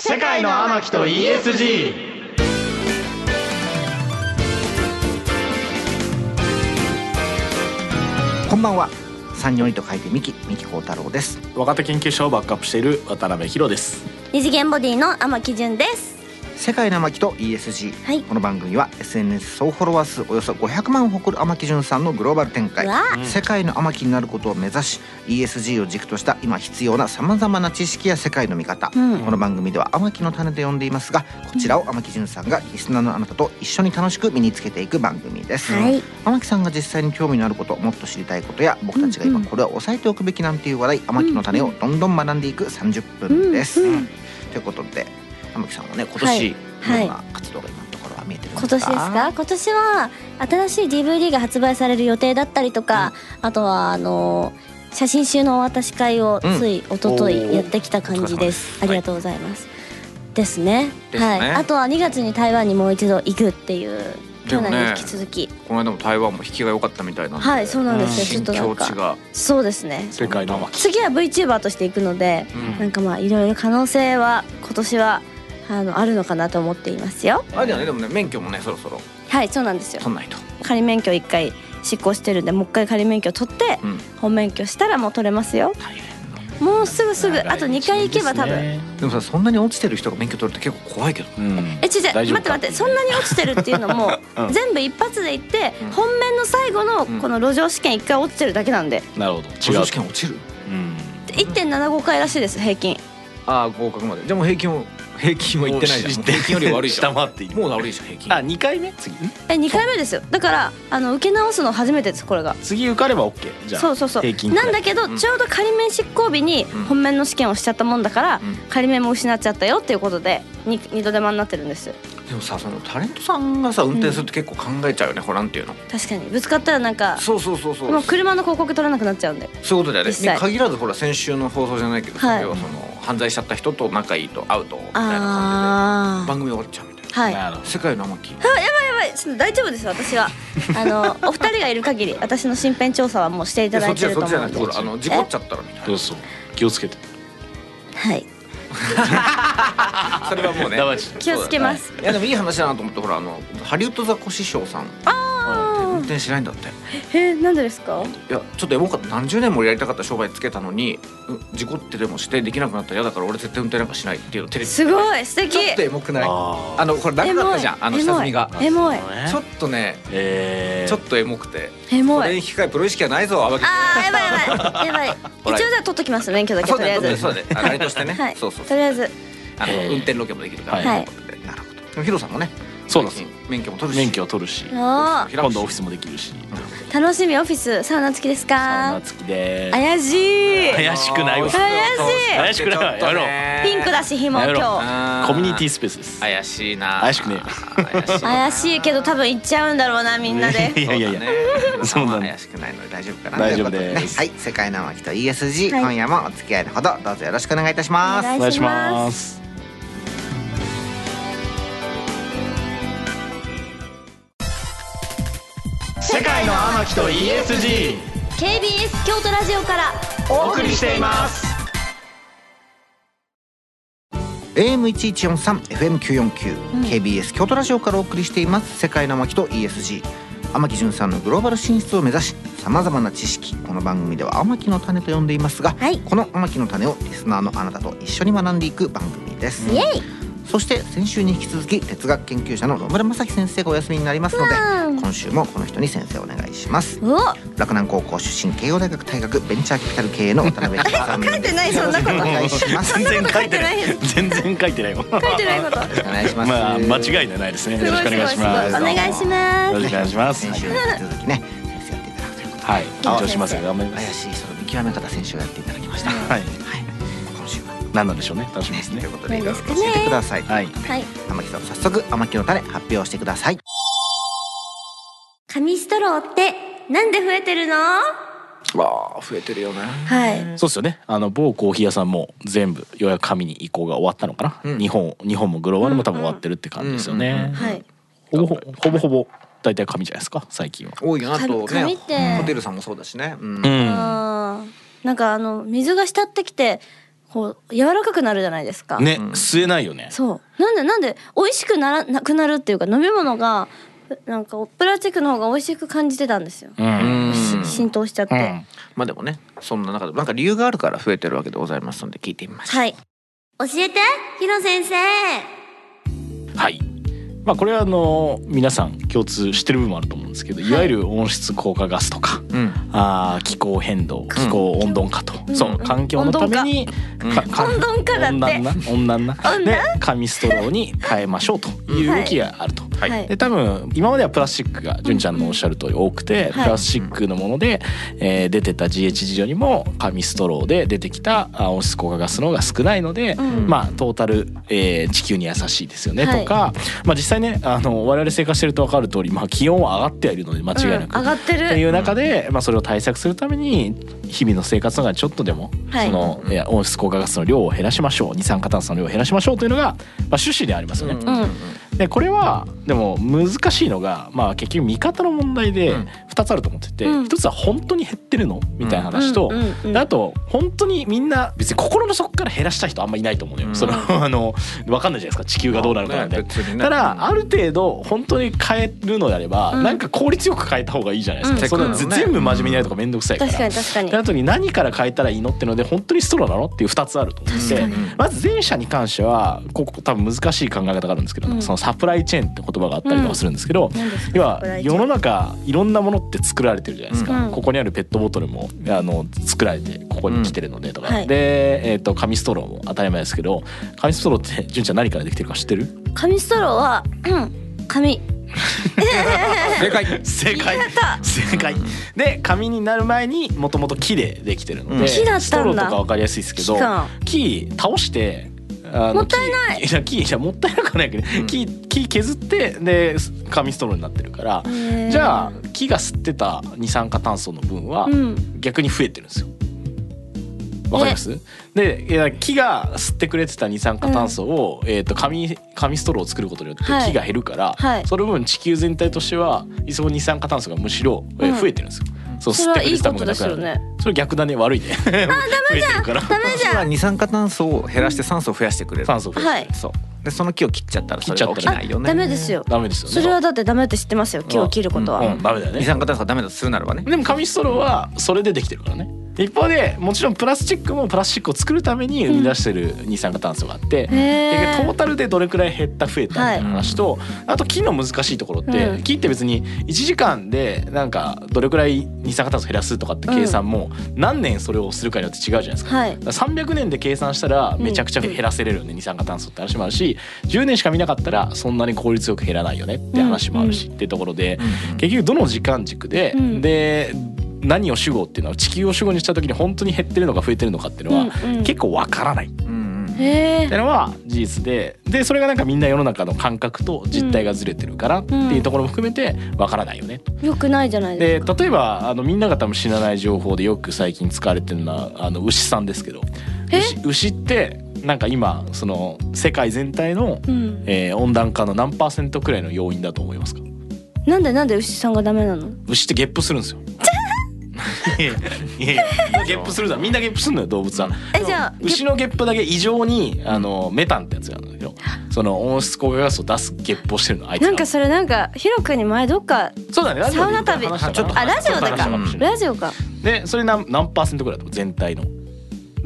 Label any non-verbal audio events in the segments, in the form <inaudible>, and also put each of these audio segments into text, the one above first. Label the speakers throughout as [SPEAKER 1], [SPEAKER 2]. [SPEAKER 1] 世界の天木と ESG
[SPEAKER 2] こんばんは三四位と書いてミキミキ幸太郎です
[SPEAKER 3] 若手研究者をバックアップしている渡辺博です
[SPEAKER 4] 二次元ボディの天木純です
[SPEAKER 2] 世界の天木と ESG、
[SPEAKER 4] はい
[SPEAKER 2] この番組は SNS 総フォロワー数およそ500万を誇る天木潤さんのグローバル展開
[SPEAKER 4] うわ
[SPEAKER 3] うん
[SPEAKER 2] 世界の天木になることを目指し ESG を軸とした今必要なさまざまな知識や世界の見方、
[SPEAKER 4] うん
[SPEAKER 2] この番組では天木の種と呼んでいますがこちらを天木潤さんがリスナーのあなたと一緒に楽しく身につけていく番組です、
[SPEAKER 4] はい
[SPEAKER 2] 天木さんが実際に興味のあることもっと知りたいことや僕たちが今これは押さえておくべきなんていう話題天木の種をどんどん学んでいく30分です。
[SPEAKER 4] うんう
[SPEAKER 2] ということで天木さんはね今年
[SPEAKER 4] はい
[SPEAKER 2] どんな活動が今のところは見えてるんですか
[SPEAKER 4] 今年ですか今年は新しい DVD が発売される予定だったりとか、あとはあの写真集のお渡し会を
[SPEAKER 2] うん
[SPEAKER 4] つい一昨
[SPEAKER 3] おー
[SPEAKER 4] 日やってきた感じです、
[SPEAKER 2] お疲れ様です
[SPEAKER 4] ありがとうございます、ですね
[SPEAKER 2] ですね
[SPEAKER 4] はいあとは2月に台湾にもう一度行くっていう
[SPEAKER 5] で
[SPEAKER 4] 去
[SPEAKER 5] もね
[SPEAKER 4] 年に引き続き、
[SPEAKER 5] この間も台湾も引きが良かったみたいなんで
[SPEAKER 4] はいそうなんですよ、
[SPEAKER 5] 新
[SPEAKER 4] ち
[SPEAKER 5] 境
[SPEAKER 4] ょっとなん
[SPEAKER 5] 地
[SPEAKER 4] か
[SPEAKER 5] が
[SPEAKER 4] そうですね
[SPEAKER 3] 世界の天木
[SPEAKER 4] 次は VTuber として行くので、
[SPEAKER 5] うん
[SPEAKER 4] なんかまあいろいろ可能性は今年はあのあるのかなと思っていますよ
[SPEAKER 5] あれだよねでもね免許もねそろそろ
[SPEAKER 4] はいそうなんですよ
[SPEAKER 5] 取んないと
[SPEAKER 4] 仮免許一回執行してるんでもう一回仮免許取って
[SPEAKER 5] うん
[SPEAKER 4] 本免許したらもう取れますよ
[SPEAKER 5] 大変
[SPEAKER 4] もうすぐすぐあと2回行けば多分、
[SPEAKER 5] でもさそんなに落ちてる人が免許取るって結構怖いけど
[SPEAKER 3] うん
[SPEAKER 4] え違う違う
[SPEAKER 3] 大
[SPEAKER 4] 待
[SPEAKER 3] 丈夫か
[SPEAKER 4] って待ってそんなに落ちてるっていうのも、
[SPEAKER 3] <laughs> うん
[SPEAKER 4] 全部一発で行って、
[SPEAKER 5] うん
[SPEAKER 4] 本面の最後の
[SPEAKER 5] うん
[SPEAKER 4] この路上試験一回落ちてるだけなんで
[SPEAKER 3] なるほど
[SPEAKER 5] 補
[SPEAKER 3] 違う
[SPEAKER 5] 助試験落ちる
[SPEAKER 3] うん
[SPEAKER 4] で1.75回らしいです平均
[SPEAKER 5] ああ合格まででも平均を平均は行ってないじゃん平均より悪いじゃん
[SPEAKER 3] 下回っている
[SPEAKER 5] もう悪いじゃん平均
[SPEAKER 3] あ二回目次
[SPEAKER 4] え2回目ですよだからあの受け直すの初めてですこれが
[SPEAKER 3] 次受かれば OK じゃあ
[SPEAKER 4] そうそうそう
[SPEAKER 3] 平均くらい
[SPEAKER 4] なんだけど、
[SPEAKER 5] うん
[SPEAKER 4] ちょうど仮免執行日に
[SPEAKER 5] ん
[SPEAKER 4] 本面の試験をしちゃったもんだから、
[SPEAKER 5] うん
[SPEAKER 4] 仮免も失っちゃったよっていうことでに二度手間になってるんです
[SPEAKER 5] でもさそのタレントさんがさ運転するって結構考えちゃうよねほらなんていうの
[SPEAKER 4] 確かにぶつかったらなんか
[SPEAKER 5] そうそうそうそう
[SPEAKER 4] もう車の広告取れなくなっちゃうんで
[SPEAKER 5] そういうことだよね
[SPEAKER 4] 実際
[SPEAKER 5] に限らずほら先週の放送じゃないけどさ
[SPEAKER 4] はい
[SPEAKER 5] 要はその犯罪しちゃった人と仲いいと会うとみたいな感じで
[SPEAKER 4] ああ
[SPEAKER 5] 番組終わっちゃうみたいな
[SPEAKER 4] はいや
[SPEAKER 3] なるほど
[SPEAKER 5] 世界の天木
[SPEAKER 4] ばいちょっと大丈夫です私
[SPEAKER 5] <laughs>
[SPEAKER 4] はあのお二人がいる限り私の身辺調査はもうしていただいてると
[SPEAKER 5] そっち
[SPEAKER 4] 思
[SPEAKER 5] じゃ
[SPEAKER 4] う
[SPEAKER 5] なんく
[SPEAKER 4] で
[SPEAKER 5] てほらあの事故っちゃったらみたい
[SPEAKER 3] どう
[SPEAKER 5] な
[SPEAKER 3] ぞ気をつけて
[SPEAKER 4] はい
[SPEAKER 5] それはもうね
[SPEAKER 3] ダメです
[SPEAKER 4] 気をつけます
[SPEAKER 5] いやでもいい話だなと思ってほらあのハリウッドザコシショウさん運
[SPEAKER 4] あ
[SPEAKER 5] 転しないんだって
[SPEAKER 4] ーえなんでですか
[SPEAKER 5] いやちょっとエモかった何十年もやりたかった商売つけたのにう事故ってでもしてできなくなったら嫌だから俺絶対運転なんかしないっていうのテレビち
[SPEAKER 4] すごい素敵
[SPEAKER 5] ょっとエモくないあ
[SPEAKER 3] あー
[SPEAKER 5] のこれダメだったじゃんあの下積みが
[SPEAKER 4] エモいエモい
[SPEAKER 5] ちょっとね
[SPEAKER 3] えー
[SPEAKER 5] ちょっとエモくて
[SPEAKER 4] エ
[SPEAKER 5] こ
[SPEAKER 4] モ
[SPEAKER 5] れ
[SPEAKER 4] い
[SPEAKER 5] に引き換えプロ意識はないぞあわけ
[SPEAKER 4] あーやばいやばいやばい一応じゃあ取っときます免許だけ
[SPEAKER 5] そう
[SPEAKER 4] とり
[SPEAKER 5] だ
[SPEAKER 4] あ
[SPEAKER 5] ね
[SPEAKER 4] えず
[SPEAKER 5] そう
[SPEAKER 4] <laughs>
[SPEAKER 5] だねあのあれとしてね
[SPEAKER 4] はい
[SPEAKER 5] そうそうそ
[SPEAKER 4] と
[SPEAKER 5] う
[SPEAKER 4] りあえず
[SPEAKER 5] あの
[SPEAKER 3] えー
[SPEAKER 5] 運転ロケもできるから
[SPEAKER 4] は
[SPEAKER 5] とい
[SPEAKER 4] い
[SPEAKER 5] うことでなるほどでもヒロさんもね
[SPEAKER 3] そうです
[SPEAKER 5] 最近免許も取るし
[SPEAKER 3] 免許を取るし
[SPEAKER 4] おー
[SPEAKER 3] 今度オフィスもできるし
[SPEAKER 4] 楽しみオフィスサウナ付きで
[SPEAKER 3] サ
[SPEAKER 4] す
[SPEAKER 3] ウ
[SPEAKER 4] か
[SPEAKER 3] ナ付きで
[SPEAKER 4] 怪しい
[SPEAKER 3] 怪しくないわ
[SPEAKER 5] 怪
[SPEAKER 3] 怪しくないわやろう
[SPEAKER 4] ピンクだし紐
[SPEAKER 3] やろう
[SPEAKER 4] 今日
[SPEAKER 5] コ
[SPEAKER 3] コミュニティスペースです
[SPEAKER 5] 怪しいな
[SPEAKER 3] 怪しくね
[SPEAKER 5] 怪しいな
[SPEAKER 4] 怪しいけど多分行っちゃうんだろうなみん
[SPEAKER 3] <laughs>
[SPEAKER 4] なで
[SPEAKER 3] いやいやいや
[SPEAKER 5] そ
[SPEAKER 3] そうう
[SPEAKER 5] だ
[SPEAKER 3] な
[SPEAKER 5] ね
[SPEAKER 3] んだ
[SPEAKER 5] 怪しくないので大丈夫かな
[SPEAKER 3] 大丈夫です
[SPEAKER 5] ということね
[SPEAKER 2] はい世界の天木と ESG、
[SPEAKER 4] はい
[SPEAKER 2] 今夜もお付き合いのほどどうぞよろしくお願いいたします
[SPEAKER 4] お
[SPEAKER 3] お
[SPEAKER 4] 願
[SPEAKER 3] 願
[SPEAKER 4] い
[SPEAKER 3] い
[SPEAKER 4] し
[SPEAKER 3] し
[SPEAKER 4] ま
[SPEAKER 3] ます
[SPEAKER 1] 世界の天木と ESG
[SPEAKER 4] KBS 京都ラジオから
[SPEAKER 1] お送りしています
[SPEAKER 2] AM 一一四三 FM 九四九
[SPEAKER 4] ん
[SPEAKER 2] KBS 京都ラジオからお送りしています世界の天木と ESG 天木純さんのグローバル進出を目指しさまざまな知識この番組では天木の種と呼んでいますが、
[SPEAKER 4] はい
[SPEAKER 2] この天木の種をリスナーのあなたと一緒に学んでいく番組です
[SPEAKER 4] イエイ
[SPEAKER 2] そして先週に引き続き哲学研究者の野村正樹先生がお休みになりますので
[SPEAKER 4] うん
[SPEAKER 2] 今週もこの人に先生お願いします
[SPEAKER 4] お
[SPEAKER 2] 洛南高校出身慶応大学大学ベンチャーキャピタル経営の渡辺さん
[SPEAKER 4] <laughs> 書いてないそんなこと
[SPEAKER 2] お願いします
[SPEAKER 4] そんなこと書いてないです
[SPEAKER 3] 全然書いてないわ
[SPEAKER 4] 書いてないこと
[SPEAKER 2] お願いし <laughs> ます、
[SPEAKER 3] まあ間違いないですね
[SPEAKER 4] すご
[SPEAKER 3] よ
[SPEAKER 4] い
[SPEAKER 3] ろ
[SPEAKER 4] す
[SPEAKER 3] し
[SPEAKER 4] ご
[SPEAKER 3] く
[SPEAKER 4] い
[SPEAKER 3] お願いしま
[SPEAKER 4] すごい
[SPEAKER 3] す
[SPEAKER 4] お願いしま
[SPEAKER 3] よろしくお願いします
[SPEAKER 2] 先週に引き続きね、先生やっていただくということで、
[SPEAKER 3] はい緊張しますが
[SPEAKER 4] 先
[SPEAKER 3] 頑張りま
[SPEAKER 2] 怪
[SPEAKER 3] す
[SPEAKER 2] しいその見極め方先週がやっていただきました。はい。
[SPEAKER 3] はい
[SPEAKER 2] 今週はね、
[SPEAKER 3] 何なんでしょうね楽しみですね
[SPEAKER 2] ということで、い
[SPEAKER 4] 何
[SPEAKER 2] ろ
[SPEAKER 4] で
[SPEAKER 2] いろ
[SPEAKER 4] す
[SPEAKER 2] 教
[SPEAKER 4] かね
[SPEAKER 2] えてください。
[SPEAKER 3] はい
[SPEAKER 4] すはい
[SPEAKER 2] 天木さん、早速天木の種発表してください。
[SPEAKER 4] 紙ストローってなんで増えてるのは
[SPEAKER 5] わあ増えてるよね
[SPEAKER 4] い
[SPEAKER 3] そうですよねあの某コーヒー屋さんも全部ようやく紙に移行が終わったのかな、
[SPEAKER 5] うん
[SPEAKER 3] 日本日本もグローバルも多分終わってるって感じですよ
[SPEAKER 5] う
[SPEAKER 3] ね、
[SPEAKER 5] んうん
[SPEAKER 4] はい
[SPEAKER 3] ほぼほほぼほぼ大体紙じゃないですか最近は。
[SPEAKER 5] 多いよなあと
[SPEAKER 4] 紙
[SPEAKER 5] ね
[SPEAKER 4] って
[SPEAKER 5] ホテルさんもそうだしねうん
[SPEAKER 3] ん
[SPEAKER 4] あーなんかあの水が浸ってきてこう柔らかくなるじゃないですか。
[SPEAKER 3] ね、吸えないよね
[SPEAKER 4] そうなんでなんで美味しくならなくなるっていうか飲み物がなんかプラスチックの方が美味しく感じてたんですよ、
[SPEAKER 3] うん、
[SPEAKER 5] うん
[SPEAKER 4] し浸透しちゃって、
[SPEAKER 3] うん
[SPEAKER 5] まあでもねそんな中でなんか理由があるから増えてるわけでございますので聞いてみましょう
[SPEAKER 4] はい教えてひろ先生
[SPEAKER 3] はいまあこれはあの皆さん共通してる部分もあると思うんですけど、い、わゆる温室効果ガスとか
[SPEAKER 5] うん
[SPEAKER 3] あー気候変動気候温暖化と、
[SPEAKER 4] うん
[SPEAKER 3] そう環境のために
[SPEAKER 5] うん
[SPEAKER 3] かか
[SPEAKER 4] 温暖化だって
[SPEAKER 3] 温暖な温暖な
[SPEAKER 4] 暖
[SPEAKER 3] で紙ストローに変えましょうという動きがあると。
[SPEAKER 4] はい、
[SPEAKER 3] で多分今まではプラスチックが純ちゃんのおっしゃる通り多くて、
[SPEAKER 4] はい
[SPEAKER 3] プラスチックのもので、えー出てた GHG よりも紙ストローで出てきたあ温室効果ガスの方が少ないので、
[SPEAKER 4] うん
[SPEAKER 3] まあトータル、えー地球に優しいですよね
[SPEAKER 4] はい
[SPEAKER 3] とか、まあ、実際ねあの我々生活してると分かる通り、まあ、気温は上がってはいるので間違いなく。
[SPEAKER 4] うん上がってる
[SPEAKER 3] っていう中で、まあ、それを対策するために日々の生活の中でちょっとでも、
[SPEAKER 4] はい
[SPEAKER 3] そのいや温室効果ガスの量を減らしましょう二酸化炭素の量を減らしましょうというのが、まあ、趣旨でありますよね。
[SPEAKER 5] うん
[SPEAKER 4] うん
[SPEAKER 3] でこれはでも難しいのが、まあ、結局見方の問題で
[SPEAKER 5] うん
[SPEAKER 3] 2つあると思ってて、
[SPEAKER 4] うん
[SPEAKER 3] 1つは本当に減ってるのみたいな話と、
[SPEAKER 4] うんうんうん
[SPEAKER 3] であと本当にみんな別に心の底から減らしたい人あんまいないと思うのよ、
[SPEAKER 5] うん
[SPEAKER 3] そのあの分かんないじゃないですか地球がどうなるかなんて。
[SPEAKER 5] ね別にね
[SPEAKER 3] ただある程度本当に変えるのであれば、
[SPEAKER 4] うん
[SPEAKER 3] なんか効率よく変えた方がいいじゃないですか、
[SPEAKER 5] うん
[SPEAKER 3] そんな
[SPEAKER 5] テクノね
[SPEAKER 3] 全部真面目にやるとか面倒くさいから。
[SPEAKER 4] 確かに確かに
[SPEAKER 3] であとに何から変えたらいいのってので本当にストローなのっていう2つあると思って
[SPEAKER 4] 確か
[SPEAKER 3] て
[SPEAKER 4] に
[SPEAKER 3] まず前者に関してはここ多分難しい考え方があるんですけど、
[SPEAKER 4] うん
[SPEAKER 3] そのサプライチェーンって言葉があったりとかするんですけど、
[SPEAKER 4] 何ですか
[SPEAKER 3] 要
[SPEAKER 4] サ
[SPEAKER 3] は
[SPEAKER 4] プライチェー
[SPEAKER 3] 世
[SPEAKER 4] ン
[SPEAKER 3] の中いろんなものって作られてるじゃないですか、
[SPEAKER 4] うん
[SPEAKER 3] ここにあるペットボトルもあの作られてここに来てるのでとか、
[SPEAKER 4] うんはい
[SPEAKER 3] で、えー、と紙ストローも当たり前ですけど紙ストローって純ちゃん何からできてるか知ってる
[SPEAKER 4] 紙ストローはうん
[SPEAKER 3] <laughs>
[SPEAKER 4] 紙
[SPEAKER 5] 正解
[SPEAKER 3] 正解
[SPEAKER 4] やった
[SPEAKER 3] 正解で紙になる前にもともと木でできてるので、
[SPEAKER 5] うん
[SPEAKER 4] 木だったんだ
[SPEAKER 3] ストローとか分かりやすいですけど
[SPEAKER 4] 期間
[SPEAKER 3] 木倒してあの
[SPEAKER 4] もったいない
[SPEAKER 3] 木 <laughs> いや木いやもったいなくはないけど、
[SPEAKER 5] ん
[SPEAKER 3] 木木削ってで紙ストローになってるから、
[SPEAKER 4] じ
[SPEAKER 3] じゃあ木が吸ってた二酸化炭素の分は
[SPEAKER 4] うん
[SPEAKER 3] 逆に増えてるんですよ。わかりますでいや木が吸ってくれてた二酸化炭素を、えー、と紙紙ストローを作ることによって
[SPEAKER 4] はい
[SPEAKER 3] 木が減るから、
[SPEAKER 4] はい
[SPEAKER 3] その分地球全体としてはその二酸化炭素がむしろ、えー
[SPEAKER 4] うん
[SPEAKER 3] 増えてるんですよ。そう
[SPEAKER 4] それはいいこと
[SPEAKER 3] 分
[SPEAKER 4] ですよね
[SPEAKER 3] それ逆だね悪いね。あダメじゃん。から
[SPEAKER 4] ダメじゃん
[SPEAKER 5] は二酸化炭素を減らして酸素を増やしてくれる
[SPEAKER 3] 酸素増えてる、
[SPEAKER 4] はい
[SPEAKER 5] そうでその木を切っちゃったらそれが起き
[SPEAKER 3] 切っちゃったら
[SPEAKER 5] ないよね
[SPEAKER 4] ダメですよ
[SPEAKER 3] ダメですよね。
[SPEAKER 4] それはだってダメって知ってますよ木を切ることは、
[SPEAKER 3] うんダメだよ
[SPEAKER 5] 二
[SPEAKER 3] ね。
[SPEAKER 5] 酸化炭素がダメだとするならばね
[SPEAKER 3] でも紙ストローはそれでできてるからね一方でもちろんプラスチックもプラスチックを作るために生み出してる二酸化炭素があって、
[SPEAKER 4] へー
[SPEAKER 3] 結局トータルでどれくらい減った増えたみたいな話と、あと木の難しいところって、
[SPEAKER 4] うん
[SPEAKER 3] 木って別に1時間でなんかどれくらい二酸化炭素減らすとかって計算も何年それをするかによって違うじゃないですか。
[SPEAKER 4] はい
[SPEAKER 3] だから300年で計算したらめちゃくちゃ減らせれるよね、二酸化炭素って話もあるし10年しか見なかったらそんなに効率よく減らないよねって話もあるし、ってところで、結局どの時間軸で、
[SPEAKER 4] うん
[SPEAKER 3] で何を主語っていうのは地球を主語にした時に本当に減ってるのか増えてるのかっていうのは、
[SPEAKER 4] うんうん
[SPEAKER 3] 結構わからないって
[SPEAKER 5] うんうん
[SPEAKER 4] へえ
[SPEAKER 3] いうのは事実ででそれがなんかみんな世の中の感覚と実態がずれてるからっていうところも含めてわからないよねと。
[SPEAKER 4] よくないじゃない
[SPEAKER 3] で
[SPEAKER 4] で
[SPEAKER 3] す
[SPEAKER 4] か
[SPEAKER 3] 例えばあのみんなが多分知らない情報でよく最近使われてるのはあの牛さんですけど
[SPEAKER 4] え
[SPEAKER 3] 牛牛ってなんか今その世界全体の、
[SPEAKER 4] うん、
[SPEAKER 3] えー温暖化の何パーセントくらいの要因だと思いますか
[SPEAKER 4] なんでなんで牛さんがダメなの
[SPEAKER 3] 牛ってゲップするんですよ。 <laughs> いやいやいやゲップするだみんなゲップするのよ動物は。
[SPEAKER 4] えじゃあ
[SPEAKER 3] 牛のゲップだけ異常にあのメタンってやつがあるんだけどその温室効果ガスを出すゲップをしてるのあいつ
[SPEAKER 4] な
[SPEAKER 3] ら
[SPEAKER 4] んかそれなんかヒロ君に前どっか
[SPEAKER 3] そうだねラジオ
[SPEAKER 4] サウナ旅
[SPEAKER 3] で話した
[SPEAKER 4] ちょっと
[SPEAKER 3] か
[SPEAKER 4] あ
[SPEAKER 3] な
[SPEAKER 4] ラジオだ
[SPEAKER 3] 話し
[SPEAKER 4] か
[SPEAKER 3] たもしれない
[SPEAKER 4] ラジオか
[SPEAKER 3] でそれ何何パーセントぐらいだと思う全体の。だか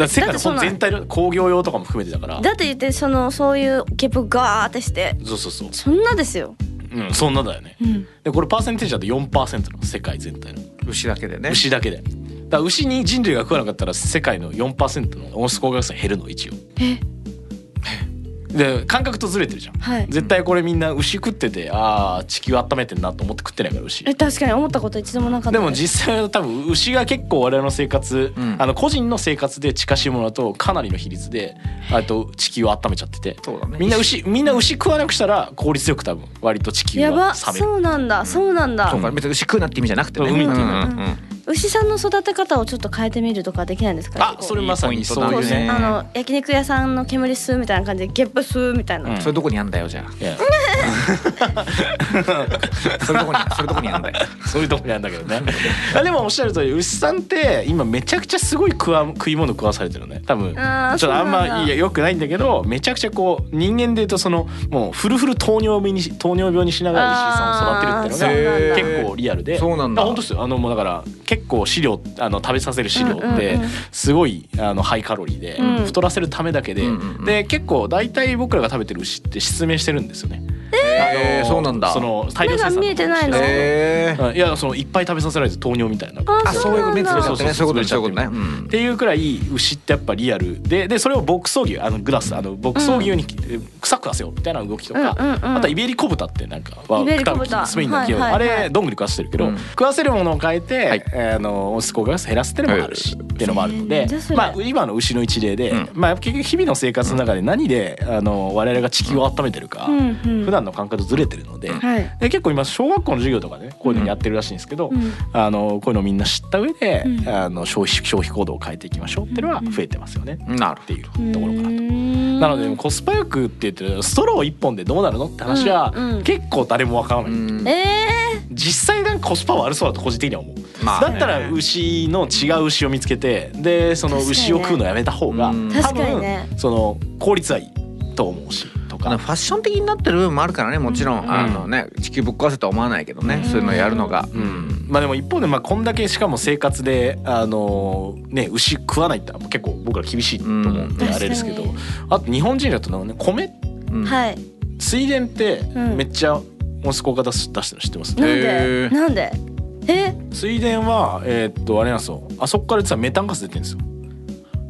[SPEAKER 3] ら世界
[SPEAKER 4] だって
[SPEAKER 3] のほ
[SPEAKER 4] そん
[SPEAKER 3] ん
[SPEAKER 4] な
[SPEAKER 3] 全体の工業用とかも含めてだから。
[SPEAKER 4] だって言ってそのそういうゲップガーってして
[SPEAKER 3] そうそうそう。
[SPEAKER 4] そんなですよ
[SPEAKER 3] うんそんなだよね。
[SPEAKER 4] うん
[SPEAKER 3] でこれパーセンテージだと4%なの世界全体の。
[SPEAKER 5] 牛だけでね
[SPEAKER 3] 牛だけで。だから牛に人類が食わなかったら世界の4%の温室効果ガスが減るの一応。
[SPEAKER 4] え
[SPEAKER 3] で感覚とずれてるじゃん。
[SPEAKER 4] はい
[SPEAKER 3] 絶対これみんな牛食っててああ地球温めてんなと思って食ってないから牛。
[SPEAKER 4] え確かに思ったこと一度もなかっ
[SPEAKER 3] で
[SPEAKER 4] た
[SPEAKER 3] も実際は多分牛が結構我々の生活、
[SPEAKER 5] うん
[SPEAKER 3] あの個人の生活で近しいものだとかなりの比率であと地球を温めちゃってて
[SPEAKER 5] そうだね
[SPEAKER 3] みんな牛みんな牛食わなくしたら効率よく多分割と地球
[SPEAKER 4] や
[SPEAKER 3] は
[SPEAKER 4] ば
[SPEAKER 3] 冷める
[SPEAKER 4] そうなんだそうなんだ
[SPEAKER 5] そうか別に牛食うなって意味じゃなくてね
[SPEAKER 3] 海っていう
[SPEAKER 5] う
[SPEAKER 3] の
[SPEAKER 5] ん
[SPEAKER 3] は
[SPEAKER 5] うんうん
[SPEAKER 4] 牛さんの育て方をちょっと変えてみるとかできないんですか
[SPEAKER 3] あそれまさにそ
[SPEAKER 5] あ
[SPEAKER 3] う
[SPEAKER 4] こ
[SPEAKER 3] いうう
[SPEAKER 4] ね
[SPEAKER 3] ね
[SPEAKER 4] あの焼肉屋さんの煙吸うみたいな感じでゲップ吸うみたいな、
[SPEAKER 3] うん
[SPEAKER 5] それどこにあんだよじゃ
[SPEAKER 3] いや
[SPEAKER 5] あそれどこにそれどこにあんだよ
[SPEAKER 3] そういうとこなんだけどね <laughs> あでもおっしゃる通り牛さんって今めちゃくちゃすごい食わ食い物食わされてるね多分ちょ
[SPEAKER 4] あー
[SPEAKER 3] っとあん
[SPEAKER 4] そうなんだ
[SPEAKER 3] まいやよくないんだけどめちゃくちゃこう人間で言うとそのもうフルフル糖尿病にし糖尿病にしながら牛さんを育てるっていうの
[SPEAKER 5] あ
[SPEAKER 3] が
[SPEAKER 5] ーそうなんだ
[SPEAKER 3] 結構リアルで
[SPEAKER 5] そうなんだ
[SPEAKER 3] あ本当ですよあのもうだから結構飼料あの食べさせる飼料
[SPEAKER 4] うん
[SPEAKER 3] っ
[SPEAKER 4] うんう
[SPEAKER 3] て
[SPEAKER 4] ん
[SPEAKER 3] すごいあのハイカロリーで、
[SPEAKER 4] うん
[SPEAKER 3] 太らせるためだけで、
[SPEAKER 5] うんうんうん
[SPEAKER 3] で結構大体僕らが食べてる牛って失明してるんですよね。
[SPEAKER 5] えー、そうなんだ
[SPEAKER 3] その大量生産
[SPEAKER 4] 目が見えてないの
[SPEAKER 5] えー、
[SPEAKER 3] うんいやそのいっぱい食べさせられて糖尿みたいな。
[SPEAKER 4] あ
[SPEAKER 5] あそういう面つ
[SPEAKER 4] そう
[SPEAKER 5] ぶ
[SPEAKER 4] な
[SPEAKER 5] れちゃ
[SPEAKER 4] んだ
[SPEAKER 5] ってねそういうことねそういうことね、うん
[SPEAKER 3] っていうくらい牛ってやっぱリアルででそれを牧草牛あのグラスあの牧草牛に草食わせようみたいな動きとか、
[SPEAKER 4] うんうんうん
[SPEAKER 3] あとはイベリコ豚ってなんかは
[SPEAKER 4] イベリコ豚
[SPEAKER 3] スペインの企業、
[SPEAKER 4] はいはいはい
[SPEAKER 3] あれどんぐり食わせてるけど、
[SPEAKER 5] うん
[SPEAKER 3] 食わせるものを変えて、
[SPEAKER 5] はい
[SPEAKER 3] あの息子が減らすっていうのもあるし、っていうのもあるの
[SPEAKER 4] えー
[SPEAKER 3] で
[SPEAKER 4] じゃあそ、れ
[SPEAKER 3] まあ、今の牛の一例で、
[SPEAKER 5] うん
[SPEAKER 3] まあ、結局日々の生活の中で何であの我々が地球を温めてるか、
[SPEAKER 4] うんうん
[SPEAKER 3] 普段の感覚とずれてるので,、
[SPEAKER 4] はい
[SPEAKER 3] で結構今小学校の授業とかでねこういうのやってるらしいんですけど、
[SPEAKER 4] うん
[SPEAKER 3] あのこういうのをみんな知った上で、
[SPEAKER 4] うん
[SPEAKER 3] あの消費消費行動を変えていきましょうっていうのは増えてますよね、
[SPEAKER 5] なる
[SPEAKER 3] っていうところかなと。なのでコスパよくって言ってるストロー1本でどうなるのって話は
[SPEAKER 4] うんうん
[SPEAKER 3] 結構誰もわからない、
[SPEAKER 5] うん
[SPEAKER 4] え
[SPEAKER 3] 実際なんかコスパ悪そうだと個人的には思う、
[SPEAKER 5] まあ
[SPEAKER 3] だったら牛の違う牛を見つけてでその牛を食うのやめた方が
[SPEAKER 5] うん
[SPEAKER 3] 多
[SPEAKER 4] 確かにね
[SPEAKER 3] 分その効率はいいと思うしと
[SPEAKER 5] まあ
[SPEAKER 3] か
[SPEAKER 5] ファッション的になってる部分もあるからねもちろん、
[SPEAKER 4] うん
[SPEAKER 5] あのね地球ぶっ壊せとは思わないけどね、
[SPEAKER 4] うん
[SPEAKER 5] そういうのやるのが、
[SPEAKER 3] うん、まあでも一方でまあこんだけしかも生活であのね牛食わないって結構僕ら厳しいと思うんで
[SPEAKER 4] うん
[SPEAKER 3] あれですけど
[SPEAKER 4] 確かに
[SPEAKER 3] あと日本人だとなんかね米
[SPEAKER 5] うん
[SPEAKER 4] ー、はい
[SPEAKER 3] 水田って
[SPEAKER 4] ん
[SPEAKER 3] めっちゃ息子が出す出してるの知ってます
[SPEAKER 4] なん
[SPEAKER 5] へ
[SPEAKER 4] で
[SPEAKER 5] ー
[SPEAKER 4] なんでえ
[SPEAKER 3] 水田はえーっとあれなんですよあそこから実はメタンガス出てるんですよ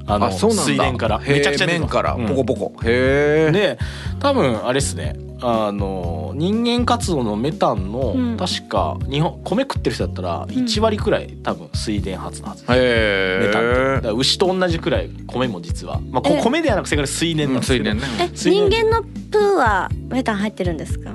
[SPEAKER 3] あの
[SPEAKER 5] あそうなんだ
[SPEAKER 3] 水田から
[SPEAKER 5] へー
[SPEAKER 3] めちゃくちゃ出て
[SPEAKER 5] 麺
[SPEAKER 3] ます
[SPEAKER 5] から
[SPEAKER 3] うん
[SPEAKER 5] ポコポコ、へえ
[SPEAKER 3] で多分あれですねあの人間活動のメタンの、
[SPEAKER 4] うん
[SPEAKER 3] 確か日本米食ってる人だったら1割くらい多分水田発のはずです、メタンってだ
[SPEAKER 5] へえ
[SPEAKER 3] から牛と同じくらい米も実は、まあ、こ
[SPEAKER 4] え
[SPEAKER 3] 米ではなく正解は水田なんです
[SPEAKER 5] つ
[SPEAKER 3] け
[SPEAKER 5] い
[SPEAKER 3] ど、
[SPEAKER 5] でね
[SPEAKER 4] え
[SPEAKER 3] 水
[SPEAKER 4] 人
[SPEAKER 3] 面
[SPEAKER 4] 間のプーはメタン入ってるんですか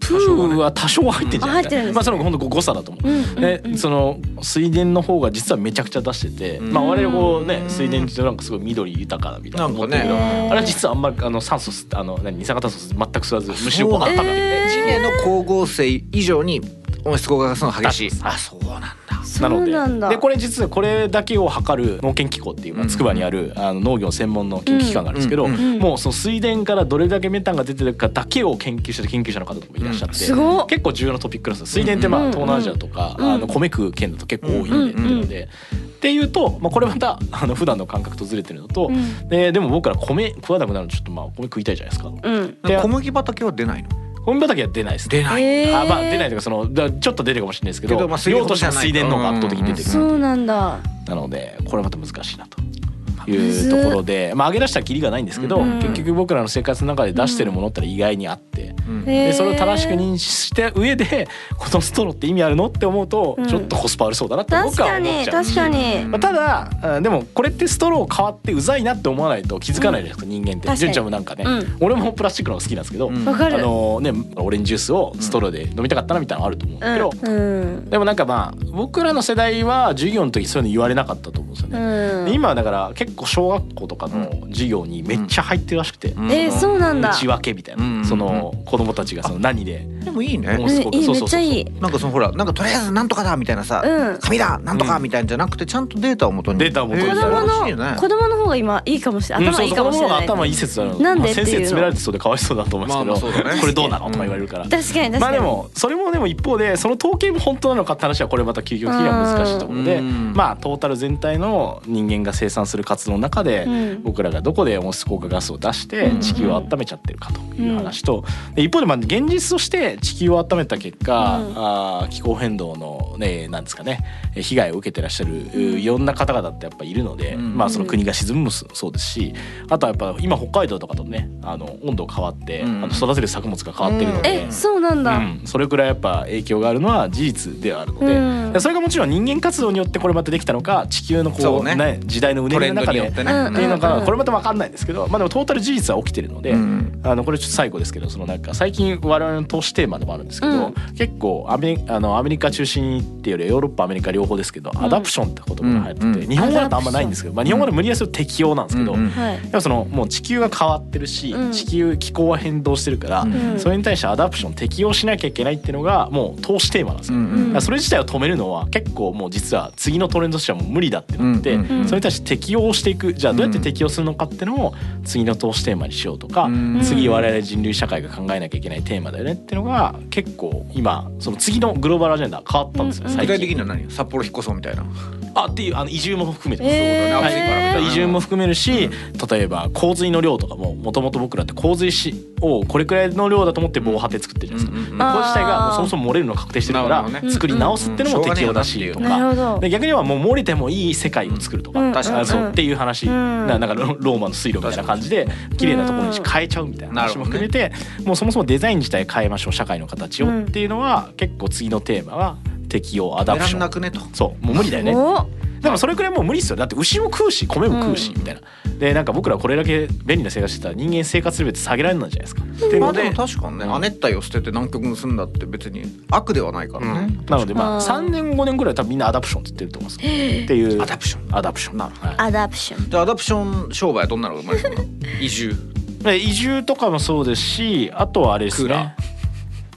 [SPEAKER 3] プーは多少は入ってんじゃない
[SPEAKER 4] あ入ってるんですね
[SPEAKER 3] まあそのほんと誤差だと思う
[SPEAKER 4] うんうん
[SPEAKER 3] で
[SPEAKER 4] うん
[SPEAKER 3] その水田の方が実はめちゃくちゃ出してて、
[SPEAKER 5] うん
[SPEAKER 3] まあ我々こうね水田ってなんかすごい緑豊かなみたいな思ってるけど、
[SPEAKER 4] なんかね
[SPEAKER 3] あれは実はあんまりあの酸素吸ってあの何二酸化炭素吸って全く吸わずむしろこう
[SPEAKER 5] そうなん
[SPEAKER 3] 温
[SPEAKER 5] だ
[SPEAKER 3] かくて
[SPEAKER 4] え
[SPEAKER 5] 人間の光合成以上に温室効果ガスの激しい
[SPEAKER 3] あそうなんだ
[SPEAKER 4] そ
[SPEAKER 3] なの
[SPEAKER 4] う
[SPEAKER 3] で
[SPEAKER 4] なんだ
[SPEAKER 3] でこれ実はこれだけを測る農研機構っていう、まあ、筑波にある、あの農業専門の研究機関があるんですけど、
[SPEAKER 5] うんうん
[SPEAKER 4] うん
[SPEAKER 3] もうその水田からどれだけメタンが出てるかだけを研究してる研究者の方とかもいらっしゃっ
[SPEAKER 5] う
[SPEAKER 3] て、
[SPEAKER 5] ん
[SPEAKER 4] すごっ
[SPEAKER 3] 結構重要なトピックなんですよ水田ってまあ
[SPEAKER 4] うんうん
[SPEAKER 3] 東南アジアとか、
[SPEAKER 4] うん
[SPEAKER 3] あの米食う県だと結構多いんで、
[SPEAKER 4] うんうん
[SPEAKER 3] っていうので。っていうと、まあ、これまた <laughs> あの普段の感覚とずれてるのと、
[SPEAKER 4] うん
[SPEAKER 3] ででも僕ら米食わなくなるのちょっとまあ米食いたいじゃないですか。
[SPEAKER 4] うん
[SPEAKER 3] で
[SPEAKER 5] 小麦畑は出ないの
[SPEAKER 3] 米畑は出ないですね。
[SPEAKER 5] 出ない
[SPEAKER 4] えー
[SPEAKER 3] あまあ出ないというかそのだちょっと出てるかもしれないですけど
[SPEAKER 5] けどまあ水田
[SPEAKER 3] 量としては水田の方が圧倒的に出てくる
[SPEAKER 4] そうなんだ
[SPEAKER 3] なのでこれまた難しいなというところで、まあ、上げ出したらキリがないんですけど、
[SPEAKER 5] うん
[SPEAKER 3] 結局僕らの生活の中で出してるものってのは意外にあって、
[SPEAKER 4] へー
[SPEAKER 3] でそれを正しく認識した上でこのストローって意味あるのって思うと、
[SPEAKER 4] うん
[SPEAKER 3] ちょっとコスパ悪そうだなって
[SPEAKER 4] 確
[SPEAKER 3] 僕は
[SPEAKER 4] か
[SPEAKER 3] 思っ
[SPEAKER 4] に
[SPEAKER 3] ちゃう。
[SPEAKER 4] 確かに
[SPEAKER 3] まあ、ただあでもこれってストロー変わってうざいなって思わないと気づかないじゃないですか、人間っ
[SPEAKER 4] 確か
[SPEAKER 3] て。
[SPEAKER 4] に
[SPEAKER 3] 純ちゃんもなんかね、
[SPEAKER 4] うん
[SPEAKER 3] 俺もプラスチックの方が好きなんですけど、
[SPEAKER 5] うん
[SPEAKER 4] わか
[SPEAKER 3] あ
[SPEAKER 4] る
[SPEAKER 3] のねオレンジジュースをストローで飲みたかったなみたいなのあると思うんだけど、
[SPEAKER 4] うん
[SPEAKER 3] でもなんかまあ僕らの世代は授業の時そういうの言われなかったと思うんですよね。
[SPEAKER 4] うん
[SPEAKER 3] 今はだから結構小学校とかの授業にめっちゃ入ってるらしくて、
[SPEAKER 5] うん
[SPEAKER 4] えーそうなんだ
[SPEAKER 3] 内訳みたいな、
[SPEAKER 5] うん
[SPEAKER 3] その子供たちがその何で
[SPEAKER 5] でもいいね
[SPEAKER 3] もうすごく
[SPEAKER 4] うんいい
[SPEAKER 3] そう
[SPEAKER 4] めっ
[SPEAKER 3] そう
[SPEAKER 4] ち
[SPEAKER 3] そ
[SPEAKER 4] ゃ
[SPEAKER 3] う
[SPEAKER 4] いい
[SPEAKER 5] なんかそのほらなんかとりあえずなんとかだみたいなさ、
[SPEAKER 4] うん
[SPEAKER 5] 紙だなんとかみたいなんじゃなくてちゃんとデータをもとに
[SPEAKER 3] データを元に
[SPEAKER 5] え
[SPEAKER 4] 子供
[SPEAKER 5] 素晴らしいよ
[SPEAKER 4] の
[SPEAKER 5] ね
[SPEAKER 4] 子供の方が今いいかもしれない
[SPEAKER 3] うん
[SPEAKER 4] 頭
[SPEAKER 3] そう
[SPEAKER 4] い
[SPEAKER 3] そ
[SPEAKER 4] い
[SPEAKER 3] う
[SPEAKER 4] かもしれ
[SPEAKER 3] 子供の
[SPEAKER 4] な
[SPEAKER 3] 方
[SPEAKER 4] い
[SPEAKER 3] が頭いい説あるの
[SPEAKER 4] なんで
[SPEAKER 3] まあ先
[SPEAKER 4] ってい
[SPEAKER 3] 生
[SPEAKER 4] うの
[SPEAKER 3] 詰められてそうでかわいそうだと思いますけど、
[SPEAKER 5] まあまあそうだね
[SPEAKER 3] これどうなの
[SPEAKER 5] うん
[SPEAKER 3] とか言われるから。
[SPEAKER 4] 確かに確かに
[SPEAKER 3] まあでもそれもでも一方でその統計も本当なのかって話はこれまた究極的には難しいところで
[SPEAKER 5] うん
[SPEAKER 3] まあトータル全体の人間が生産する活動の中で
[SPEAKER 4] うん
[SPEAKER 3] 僕らがどこで温室効果ガスを出して地球を温めちゃってるかという話とで一方でまあ現実として地球を温めた結果
[SPEAKER 4] うん
[SPEAKER 3] あー気候変動のねなんですかねえ被害を受けてらっしゃるいろんな方々ってやっぱいるので
[SPEAKER 5] うん
[SPEAKER 3] まあその国が沈むもそうですしあとはやっぱ今北海道とかとねあの温度変わってあ
[SPEAKER 5] うん
[SPEAKER 3] の育てる作物が変わってるので。
[SPEAKER 4] えそうなんだ、
[SPEAKER 3] うん、それくらいやっぱ影響があるのは事実ではあるので、
[SPEAKER 4] うん
[SPEAKER 3] でそれがもちろん人間活動によってこれまたできたのか地球のこ
[SPEAKER 5] そう
[SPEAKER 3] う
[SPEAKER 5] ね
[SPEAKER 3] ね時代のうね
[SPEAKER 5] ト
[SPEAKER 3] り
[SPEAKER 5] レ
[SPEAKER 3] の
[SPEAKER 5] ンドに
[SPEAKER 3] 中で
[SPEAKER 5] よ
[SPEAKER 3] っ
[SPEAKER 5] っててね、
[SPEAKER 4] うん
[SPEAKER 3] いうの
[SPEAKER 4] うん
[SPEAKER 3] が
[SPEAKER 4] うん
[SPEAKER 3] これまた分かんないですけど、まあ、でもトータル事実は起きてるので、
[SPEAKER 5] うん
[SPEAKER 3] あのこれちょっと最後ですけどそのなんか最近我々としてテーマでもあるんですけど、
[SPEAKER 4] うん
[SPEAKER 3] 結構アメリあのアメリカ中心っていうよりはヨーロッパアメリカ両方ですけど、アダプションって言葉が流行ってて、
[SPEAKER 2] うんうん
[SPEAKER 3] 日本語だとあんまないんですけど、まあ、日本語で無理やりすると適用なんですけど、
[SPEAKER 2] うんうん
[SPEAKER 4] はい
[SPEAKER 3] でもそのもう地球が変わってるし、
[SPEAKER 4] うん
[SPEAKER 3] 地球気候は変動してるから、
[SPEAKER 4] うん
[SPEAKER 3] それに対してアダプション適用しなきゃいけないっていうのがもう投資テーマなんですよ。
[SPEAKER 2] うんうん
[SPEAKER 3] だからそれ自体を止めるのは結構もう実は次のトレンドとしてはもう無理だってなって、
[SPEAKER 2] うん
[SPEAKER 4] うん
[SPEAKER 3] それに対して適用していくじゃあどうやって適用するのかっていうのを次の投資テーマにしようとか、
[SPEAKER 2] うん
[SPEAKER 3] 次我々人類社会が考えなきゃいけないテーマだよねっていうのが結構今その次のグローバルアジェンダ変わったんですよ、
[SPEAKER 4] う
[SPEAKER 5] 具
[SPEAKER 4] んうん
[SPEAKER 3] 最
[SPEAKER 5] 体的
[SPEAKER 3] 近。
[SPEAKER 5] には何札幌引っ越そうみたいな
[SPEAKER 3] あっていうあの移住も含めてです
[SPEAKER 4] え
[SPEAKER 5] そうだね暑いからみたい
[SPEAKER 4] ー
[SPEAKER 5] な
[SPEAKER 3] 移住も含めるし、例えば洪水の量とかももともと僕らって洪水しをこれくらいの量だと思って防波堤作ってるじゃないですか、
[SPEAKER 5] うんうんうん
[SPEAKER 3] でこれ自体がもう
[SPEAKER 4] あー
[SPEAKER 3] そもそも漏れるのが確定してるか
[SPEAKER 5] なるほど
[SPEAKER 3] ら
[SPEAKER 5] ね
[SPEAKER 3] 作り直すってのも適用だしと
[SPEAKER 5] うん
[SPEAKER 4] なる
[SPEAKER 3] か
[SPEAKER 4] ほど
[SPEAKER 3] で逆にはもう漏れてもいい世界を作ると
[SPEAKER 4] うん
[SPEAKER 3] か
[SPEAKER 5] 確か
[SPEAKER 3] あ
[SPEAKER 5] に
[SPEAKER 3] そうっていう話
[SPEAKER 4] うん
[SPEAKER 3] ななんかロローマの水路みたいな感じで綺麗なところに変えちゃうみたいな話も含めてもうそもそもデザイン自体変えましょう社会の形
[SPEAKER 4] うん
[SPEAKER 3] をっていうのは結構次のテーマは適用アダ
[SPEAKER 2] や
[SPEAKER 3] プ
[SPEAKER 2] ら
[SPEAKER 3] シ
[SPEAKER 2] ん
[SPEAKER 3] ョ
[SPEAKER 2] な
[SPEAKER 3] ン。
[SPEAKER 2] くねと
[SPEAKER 3] そうもう無理だよね
[SPEAKER 4] お
[SPEAKER 3] でもそれくらいもう無理っすよだって牛も食うし米も食うし、
[SPEAKER 4] うん
[SPEAKER 3] みたいなでなんか僕らこれだけ便利な生活してたら人間生活レベルって下げられないじゃないですか、っていう
[SPEAKER 5] まあ
[SPEAKER 3] の
[SPEAKER 5] で
[SPEAKER 3] で
[SPEAKER 5] も確かにね亜熱帯を捨てて南極に住んだって別に悪ではないからね
[SPEAKER 3] なのでま
[SPEAKER 4] あ
[SPEAKER 3] あ
[SPEAKER 4] ー
[SPEAKER 3] 3年5年くらいは多分みんなアダプションって言ってると思うんですっていう
[SPEAKER 5] アダプション
[SPEAKER 3] アダプション
[SPEAKER 5] なるほ
[SPEAKER 3] はい
[SPEAKER 4] アダプション
[SPEAKER 5] でアダプション商売はどんなのが生まれてるの移住
[SPEAKER 3] で移住とかもそうですしあとはあれで
[SPEAKER 5] ク
[SPEAKER 3] す
[SPEAKER 5] ーラ
[SPEAKER 3] ね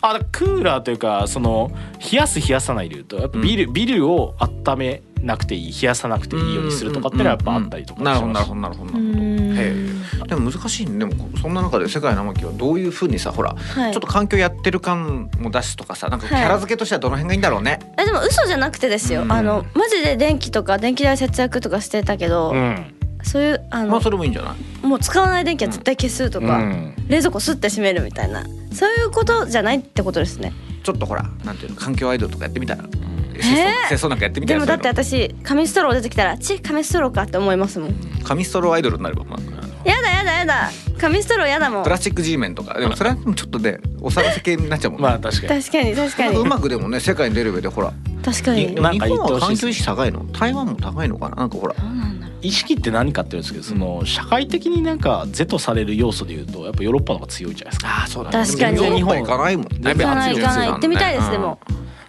[SPEAKER 3] あクーラーというかその冷やす冷やさないでいうとやっぱビル、ビルを温めなくていい冷やさなくていいようにするとかってのはやっぱあったりとかし
[SPEAKER 5] な
[SPEAKER 3] ま
[SPEAKER 5] る
[SPEAKER 3] す
[SPEAKER 5] ほどなるほどなるほどな
[SPEAKER 4] う
[SPEAKER 5] るほど
[SPEAKER 4] ん
[SPEAKER 5] へえでも難しいねでもこそんな中で世界の天気はどういうふうにさほら、
[SPEAKER 4] はい
[SPEAKER 5] ちょっと環境やってる感も出すとかさなんかキ
[SPEAKER 4] はい
[SPEAKER 5] ャラ付けとしてはどの辺がいいんだろうね、
[SPEAKER 4] えでも嘘じゃなくてですよ、
[SPEAKER 5] うん
[SPEAKER 4] あのマジで電気とか電気代節約とかしてたけど、
[SPEAKER 3] うん
[SPEAKER 4] そういうあの、
[SPEAKER 5] まあそれもいいんじゃない
[SPEAKER 4] もう使わない電気は絶対消すと
[SPEAKER 3] う
[SPEAKER 4] か、
[SPEAKER 3] ん
[SPEAKER 4] 冷蔵庫すって閉めるみたいなそういうことじゃないってことですね
[SPEAKER 5] ちょっとほらなんていうの環境アイドルとかやってみたら
[SPEAKER 3] うん
[SPEAKER 5] 清掃清掃なんかやってみた
[SPEAKER 4] で
[SPEAKER 5] ら
[SPEAKER 4] もだって私紙ストロー出てきたらち紙ストローかって思いますもん
[SPEAKER 5] 紙ストローアイドルになれば、ま
[SPEAKER 4] やだやだやだ紙ストローやだも
[SPEAKER 5] あ、
[SPEAKER 4] ん
[SPEAKER 5] プラ
[SPEAKER 4] 確
[SPEAKER 5] スチック G メンとかでもそれはでもちょっとねおさらせ系になっちゃうもんね、
[SPEAKER 3] まあ確かに
[SPEAKER 4] かに確か
[SPEAKER 5] なんかう
[SPEAKER 4] に
[SPEAKER 5] まくでもね世界に出る上でほら
[SPEAKER 4] 確か
[SPEAKER 5] に
[SPEAKER 4] に
[SPEAKER 5] で
[SPEAKER 4] ど
[SPEAKER 5] も
[SPEAKER 3] なん
[SPEAKER 5] 日
[SPEAKER 3] か言
[SPEAKER 5] 本
[SPEAKER 3] って
[SPEAKER 5] は
[SPEAKER 3] ほ
[SPEAKER 5] 環
[SPEAKER 3] しいで
[SPEAKER 5] 境
[SPEAKER 3] す
[SPEAKER 5] 意識高いの台湾も高いのかななんかほら
[SPEAKER 4] うなんだろう
[SPEAKER 3] 意識って何かって言うんですけどその社会的になんか是とされる要素でいうとやっぱヨーロッパの方が強いじゃないですか
[SPEAKER 5] ああそうだ
[SPEAKER 4] 確かに
[SPEAKER 5] でもヨーロッパ行かないもん
[SPEAKER 3] 全然
[SPEAKER 4] 行かない
[SPEAKER 3] 全
[SPEAKER 4] 行
[SPEAKER 3] 然
[SPEAKER 4] かない行ってみたいです、でも、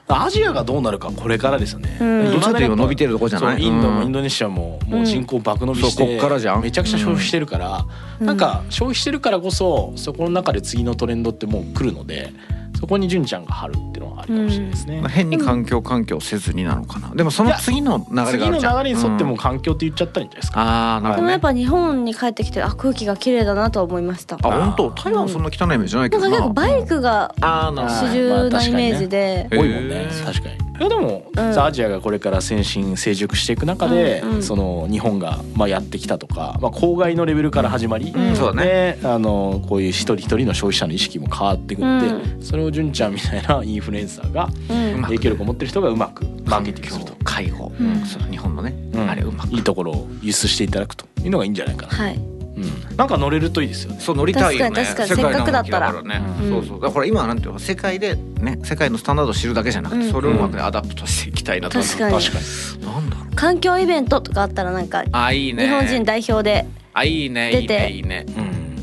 [SPEAKER 3] アジアがどうなるかこれからですよね、
[SPEAKER 4] うん
[SPEAKER 5] どちらかというと伸びてるとこじゃない
[SPEAKER 3] そうインド
[SPEAKER 5] う
[SPEAKER 3] も
[SPEAKER 5] ん
[SPEAKER 3] インドネシアももう人口爆伸び
[SPEAKER 5] そう
[SPEAKER 3] して、
[SPEAKER 5] こっからじゃん
[SPEAKER 3] めちゃくちゃ消費してるから、
[SPEAKER 4] うん
[SPEAKER 3] なんか消費してるからこそそこの中で次のトレンドってもう来るのでそこに純ちゃんが張るっていうのはありかもしれないですね、
[SPEAKER 5] まあ変に環境環境せずになのかなでもその次の流れがあるじ
[SPEAKER 3] 次
[SPEAKER 5] ゃん
[SPEAKER 3] の流れに沿っても
[SPEAKER 5] う
[SPEAKER 3] うん環境って言っちゃったらいいんじゃないですか、
[SPEAKER 5] ああなる
[SPEAKER 4] で
[SPEAKER 5] ほ
[SPEAKER 4] も
[SPEAKER 5] ど
[SPEAKER 4] や
[SPEAKER 5] ね
[SPEAKER 4] っぱ日本に帰ってきてあ空気が綺麗だなとは思いましたなんか
[SPEAKER 5] あ本当台湾はそんな汚いイメージじゃないけどな
[SPEAKER 4] 結構バイクが
[SPEAKER 5] ああなるほ
[SPEAKER 4] 主流なイメージで、
[SPEAKER 5] へー
[SPEAKER 3] 多いもんね確かにいやでも、
[SPEAKER 4] うん
[SPEAKER 3] アジアがこれから先進成熟していく中で、
[SPEAKER 4] うんうん
[SPEAKER 3] その日本がまあやってきたとか、まあ、公害のレベルから始まり、
[SPEAKER 5] どうんそうだね
[SPEAKER 3] であのこういう一人一人の消費者の意識も変わっていくので、
[SPEAKER 4] う
[SPEAKER 3] それを純ちゃんみたいなインフルエンサーが
[SPEAKER 4] うん
[SPEAKER 5] まく
[SPEAKER 3] 影響力を持ってる人がうまくマーケ
[SPEAKER 5] 環
[SPEAKER 3] ティングする
[SPEAKER 5] 境
[SPEAKER 3] と、
[SPEAKER 5] 介護
[SPEAKER 4] うん
[SPEAKER 5] その日本のね
[SPEAKER 3] うん
[SPEAKER 5] あれうまく
[SPEAKER 3] いいところを輸出していただくというのがいいんじゃないかな、
[SPEAKER 4] はい
[SPEAKER 3] うんなんか乗れるといいですよね。
[SPEAKER 5] そう乗りたいよね
[SPEAKER 4] 確かに確かに
[SPEAKER 5] 世界の
[SPEAKER 4] せっかくだったら
[SPEAKER 5] 動きだから
[SPEAKER 4] う
[SPEAKER 5] ね
[SPEAKER 4] ん
[SPEAKER 5] そうそうだから今はなんていうの世界でね世界のスタンダードを知るだけじゃなく
[SPEAKER 4] う
[SPEAKER 5] て
[SPEAKER 4] ん
[SPEAKER 5] それをうまくねアダプトしていきたいなと
[SPEAKER 4] 確かに
[SPEAKER 3] 確かに
[SPEAKER 5] なんだろう
[SPEAKER 4] 環境イベントとかあったらなんか
[SPEAKER 5] あいいね
[SPEAKER 4] 日本人代表で
[SPEAKER 5] あいいね
[SPEAKER 4] 出
[SPEAKER 5] いい
[SPEAKER 4] て
[SPEAKER 5] ねいいね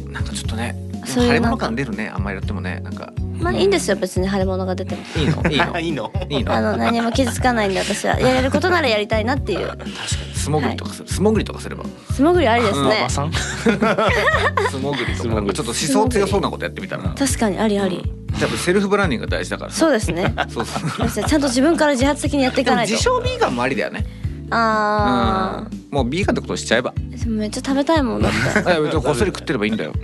[SPEAKER 3] うん
[SPEAKER 5] なんかちょっとね
[SPEAKER 4] そういう
[SPEAKER 5] 腫れ
[SPEAKER 4] な
[SPEAKER 5] 物
[SPEAKER 4] んか
[SPEAKER 5] 感出るねあんまりやってもねなんか
[SPEAKER 4] まあいいんですよ別に腫れ物が出ても
[SPEAKER 5] いいのいい
[SPEAKER 3] あ
[SPEAKER 5] の
[SPEAKER 3] いいの
[SPEAKER 5] いいの
[SPEAKER 4] <laughs> あの何も傷つかないんで私はやれることならやりたいなっていう
[SPEAKER 5] 素潜りとかする素潜りとかすれば
[SPEAKER 4] 素潜りありです
[SPEAKER 3] 馬
[SPEAKER 4] ね
[SPEAKER 3] 場さ <laughs> ん
[SPEAKER 5] 素潜りと
[SPEAKER 3] 素
[SPEAKER 5] か
[SPEAKER 3] 潜り
[SPEAKER 5] なんかちょっと思想強そうなことやってみたら
[SPEAKER 4] 確かにありあり
[SPEAKER 5] 多分セルフブランディングが大事だから
[SPEAKER 4] そうですね
[SPEAKER 5] そうそう
[SPEAKER 4] そうですねちゃんと自分から自発的にやってい
[SPEAKER 5] で
[SPEAKER 4] か
[SPEAKER 5] も
[SPEAKER 4] ないと
[SPEAKER 5] 自称ビーガンもありだよね
[SPEAKER 4] あ
[SPEAKER 5] うんもうビーガンってことしちゃえ
[SPEAKER 4] <laughs>
[SPEAKER 5] ば
[SPEAKER 4] ーでもめっちゃ食べたいもんだっ
[SPEAKER 5] いや別にこっそり食ってればいいんだよ
[SPEAKER 4] て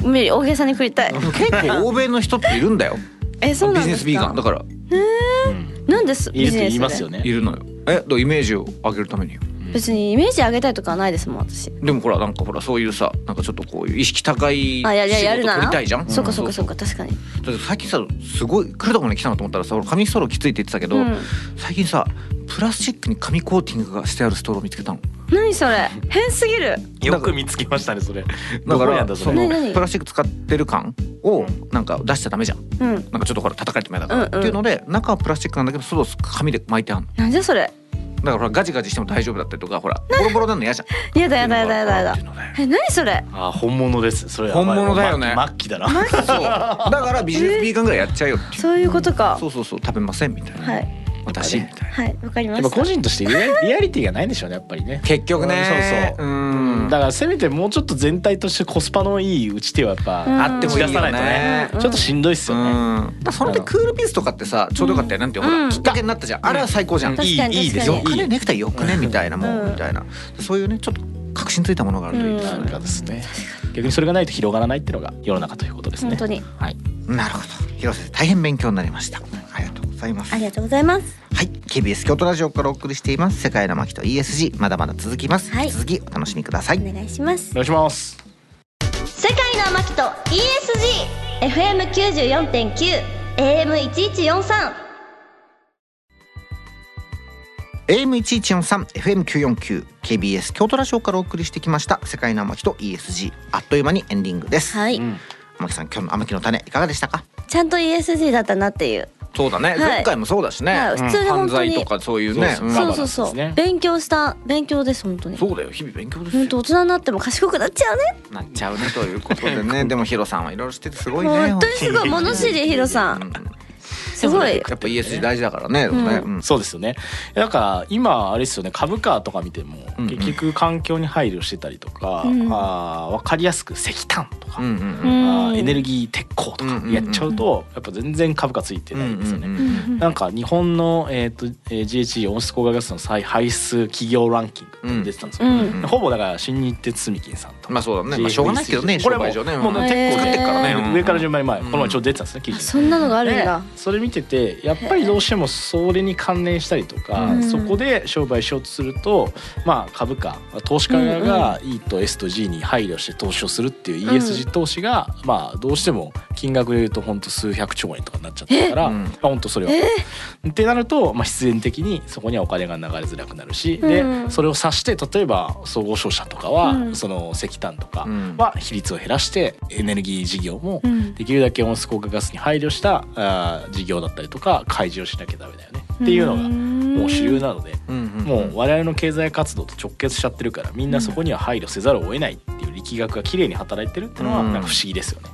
[SPEAKER 4] 無理大げさに食いたい
[SPEAKER 5] 結構欧米の人っているんだよ
[SPEAKER 4] え <laughs> そう
[SPEAKER 5] ビ
[SPEAKER 4] なん
[SPEAKER 5] ジ
[SPEAKER 4] で
[SPEAKER 5] ネス
[SPEAKER 4] す
[SPEAKER 5] ビーガ
[SPEAKER 4] か
[SPEAKER 5] ンだから
[SPEAKER 4] なんです
[SPEAKER 3] いる
[SPEAKER 4] ビ
[SPEAKER 3] っ
[SPEAKER 4] ジ
[SPEAKER 3] て
[SPEAKER 4] ネスで
[SPEAKER 3] 言いますよね
[SPEAKER 5] い。るのよえだからイメージを上げるためによ
[SPEAKER 4] 別にイメージ上げたいとかはないですもん私
[SPEAKER 5] でもほらなんかほらそういうさなんかちょっとこういう意識高い仕
[SPEAKER 4] あやややる
[SPEAKER 5] 事
[SPEAKER 4] な
[SPEAKER 5] 取りたいじゃ
[SPEAKER 4] ら
[SPEAKER 5] ん
[SPEAKER 4] そうかそうかそううか確かに
[SPEAKER 5] だって最近さすごい来るところに来たのと思ったらさ俺紙ストローきついって言ってたけど、
[SPEAKER 4] うん
[SPEAKER 5] 最近さプラスチックに紙コーティングがしてあるストロー見つけたの
[SPEAKER 4] 何それ変すぎる
[SPEAKER 3] よく見つけましたねそれ。
[SPEAKER 5] だ
[SPEAKER 3] ど
[SPEAKER 5] か
[SPEAKER 3] こにあ
[SPEAKER 5] ら
[SPEAKER 3] んだそ
[SPEAKER 5] そ
[SPEAKER 3] れ。
[SPEAKER 4] ね
[SPEAKER 5] の
[SPEAKER 4] 何
[SPEAKER 5] プラスチック使ってる感をなんか出しちゃダメじゃん
[SPEAKER 4] うん
[SPEAKER 5] なんかちょっとほら叩かれても嫌だから、
[SPEAKER 4] うんうん
[SPEAKER 5] っていうので中はプラスチックなんだけど外は紙で巻いてあるの
[SPEAKER 4] なんじゃそれ
[SPEAKER 5] だからほらガジガジしても大丈夫だったりとかほらボロボロなの嫌じゃん
[SPEAKER 4] やだやだやだやだやだえ何それ
[SPEAKER 3] あー本物ですそれは
[SPEAKER 5] 本物だよね
[SPEAKER 3] ま末期だ <laughs> な
[SPEAKER 5] そうだからビジネスビーガンぐらいやっちゃえよっていう
[SPEAKER 4] そういうことか
[SPEAKER 5] そうそうそう食べませんみたいな
[SPEAKER 4] はい
[SPEAKER 5] 私みたいな
[SPEAKER 4] はいわかりま
[SPEAKER 3] やっ
[SPEAKER 4] し
[SPEAKER 3] ぱ個
[SPEAKER 4] た
[SPEAKER 3] 人としてリ <laughs> アリアリティがないんでしょうねやっぱりね
[SPEAKER 5] 結局ね
[SPEAKER 3] そうそううんだからせめてもうちょっと全体としてコスパのいい打ち手はやっ
[SPEAKER 4] うん
[SPEAKER 3] ぱ
[SPEAKER 5] あってもいいよ
[SPEAKER 3] 打ち出さないと
[SPEAKER 5] ね
[SPEAKER 3] ちょっとしんどいっす
[SPEAKER 5] う
[SPEAKER 3] よね
[SPEAKER 5] んだからそれでクールピースとかってさちょうどよかったよなんてほ
[SPEAKER 4] う
[SPEAKER 5] ら
[SPEAKER 4] ん
[SPEAKER 5] きっかけになったじゃんあれは最高じゃん
[SPEAKER 4] 確かに
[SPEAKER 3] いいいいです
[SPEAKER 4] 確
[SPEAKER 3] よ
[SPEAKER 4] か
[SPEAKER 2] く
[SPEAKER 3] い
[SPEAKER 2] ね
[SPEAKER 3] い
[SPEAKER 2] ネクタイよくねみたいなも
[SPEAKER 4] うん
[SPEAKER 2] んみたいなそういうねちょっと確信ついたものがあるといいで
[SPEAKER 3] な
[SPEAKER 2] す
[SPEAKER 3] んか
[SPEAKER 2] ね
[SPEAKER 3] ですね逆にそれがないと広がらないっていうのが世の中ということですね
[SPEAKER 4] 本当に
[SPEAKER 3] はい
[SPEAKER 2] なるほど広瀬さん大変勉強になりましたありがとうございます
[SPEAKER 4] ありがとうございます
[SPEAKER 2] はい KBS 京都ラジオからお送りしています世界の巻と ESG まだまだ続きます、
[SPEAKER 4] はい
[SPEAKER 2] 引き続きお楽しみください
[SPEAKER 4] お願いします
[SPEAKER 3] お願いします
[SPEAKER 4] 世界の天木と ESGFM94.9AM1143
[SPEAKER 2] AM1143 FM949 KBS 京都ラジオからお送りしてきました世界の天木と ESG あっという間にエンディングです、
[SPEAKER 4] はい、
[SPEAKER 3] うん
[SPEAKER 2] 天木さん今日の天木の種いかがでしたか
[SPEAKER 4] ちゃんと ESG だったなっていう、
[SPEAKER 5] そうだね
[SPEAKER 4] い
[SPEAKER 5] 前回もそうだしね
[SPEAKER 4] はい、普通に
[SPEAKER 5] 犯
[SPEAKER 4] 本当
[SPEAKER 5] 罪
[SPEAKER 4] に、
[SPEAKER 5] とかそういうね
[SPEAKER 3] そううそ
[SPEAKER 5] ん
[SPEAKER 3] う
[SPEAKER 4] そうそうそ
[SPEAKER 3] です
[SPEAKER 4] う、
[SPEAKER 3] ね
[SPEAKER 4] 勉強した勉強です本当に
[SPEAKER 5] そうだよ日々勉強です
[SPEAKER 4] 本
[SPEAKER 5] よ
[SPEAKER 4] 当大人になっても賢くなっちゃうね
[SPEAKER 5] なっちゃうねということでねでもヒロさんはいろいろしててすごいね
[SPEAKER 4] 本当にすごい物知りヒロさんすごい
[SPEAKER 5] やっぱ ESG 大事だからね。
[SPEAKER 4] ん
[SPEAKER 5] ねうん
[SPEAKER 3] そうですよねなんか今あれですよね株価とか見ても結局環境に配慮してたりとか、
[SPEAKER 4] うん
[SPEAKER 3] あー分かりやすく石炭とか、
[SPEAKER 5] うんうんう
[SPEAKER 4] う
[SPEAKER 5] ん
[SPEAKER 3] あ
[SPEAKER 4] ん
[SPEAKER 3] ーエネルギー鉄鋼と
[SPEAKER 5] うんうんう
[SPEAKER 3] か
[SPEAKER 5] ん
[SPEAKER 3] やっちゃうとやっぱ全然株価ついてないんですよね。
[SPEAKER 5] うんうん
[SPEAKER 4] う
[SPEAKER 5] うん
[SPEAKER 4] ん
[SPEAKER 3] なんか日本の、えーとえー GHG 温室効果ガスの再排出企業ランキングって出てたんですよ、
[SPEAKER 4] うん
[SPEAKER 5] うん
[SPEAKER 3] ほぼだから新日鉄住金さんとか、
[SPEAKER 5] まあそうだね。まあしょうがないけどね。
[SPEAKER 3] これ
[SPEAKER 5] 商
[SPEAKER 3] は
[SPEAKER 5] 売上ね。
[SPEAKER 3] もうもうね
[SPEAKER 5] ん
[SPEAKER 3] 結構
[SPEAKER 5] 作ってっからね。うん
[SPEAKER 3] 上から順番に前、
[SPEAKER 5] うん
[SPEAKER 3] この前ちょうど出てたんですね記事に
[SPEAKER 4] そんなのがあるんだ
[SPEAKER 3] でそれ見ててやっぱりどうしてもそれに関連したりとか、
[SPEAKER 4] うん
[SPEAKER 3] そこで商売しようとすると、まあ、株価投資家が E と S と G に配慮して投資をするっていう ESG 投資が、まあ、どうしても金額で言うと本当数百兆円とかになっちゃったから、
[SPEAKER 5] えうん
[SPEAKER 3] まあ、本当それは。ってなると、まあ、必然的にそこにはお金が流れづらくなるし、
[SPEAKER 4] うん
[SPEAKER 3] でそれを指して例えば総合商社とかは、
[SPEAKER 4] うん
[SPEAKER 3] その石炭とか
[SPEAKER 5] うん
[SPEAKER 3] は比率を減らしてエネルギー事業も
[SPEAKER 4] うん
[SPEAKER 3] できるだけ温室効果ガスに配慮したあー事業だったりとか開示をしなきゃダメだよねっていうのがもう主流なので
[SPEAKER 5] うんうん
[SPEAKER 3] もう我々の経済活動と直結しちゃってるからみんなそこには配慮せざるを得ないっていう力学が綺麗に働いてるっていうのは
[SPEAKER 5] うん
[SPEAKER 3] なんか不思議ですよね。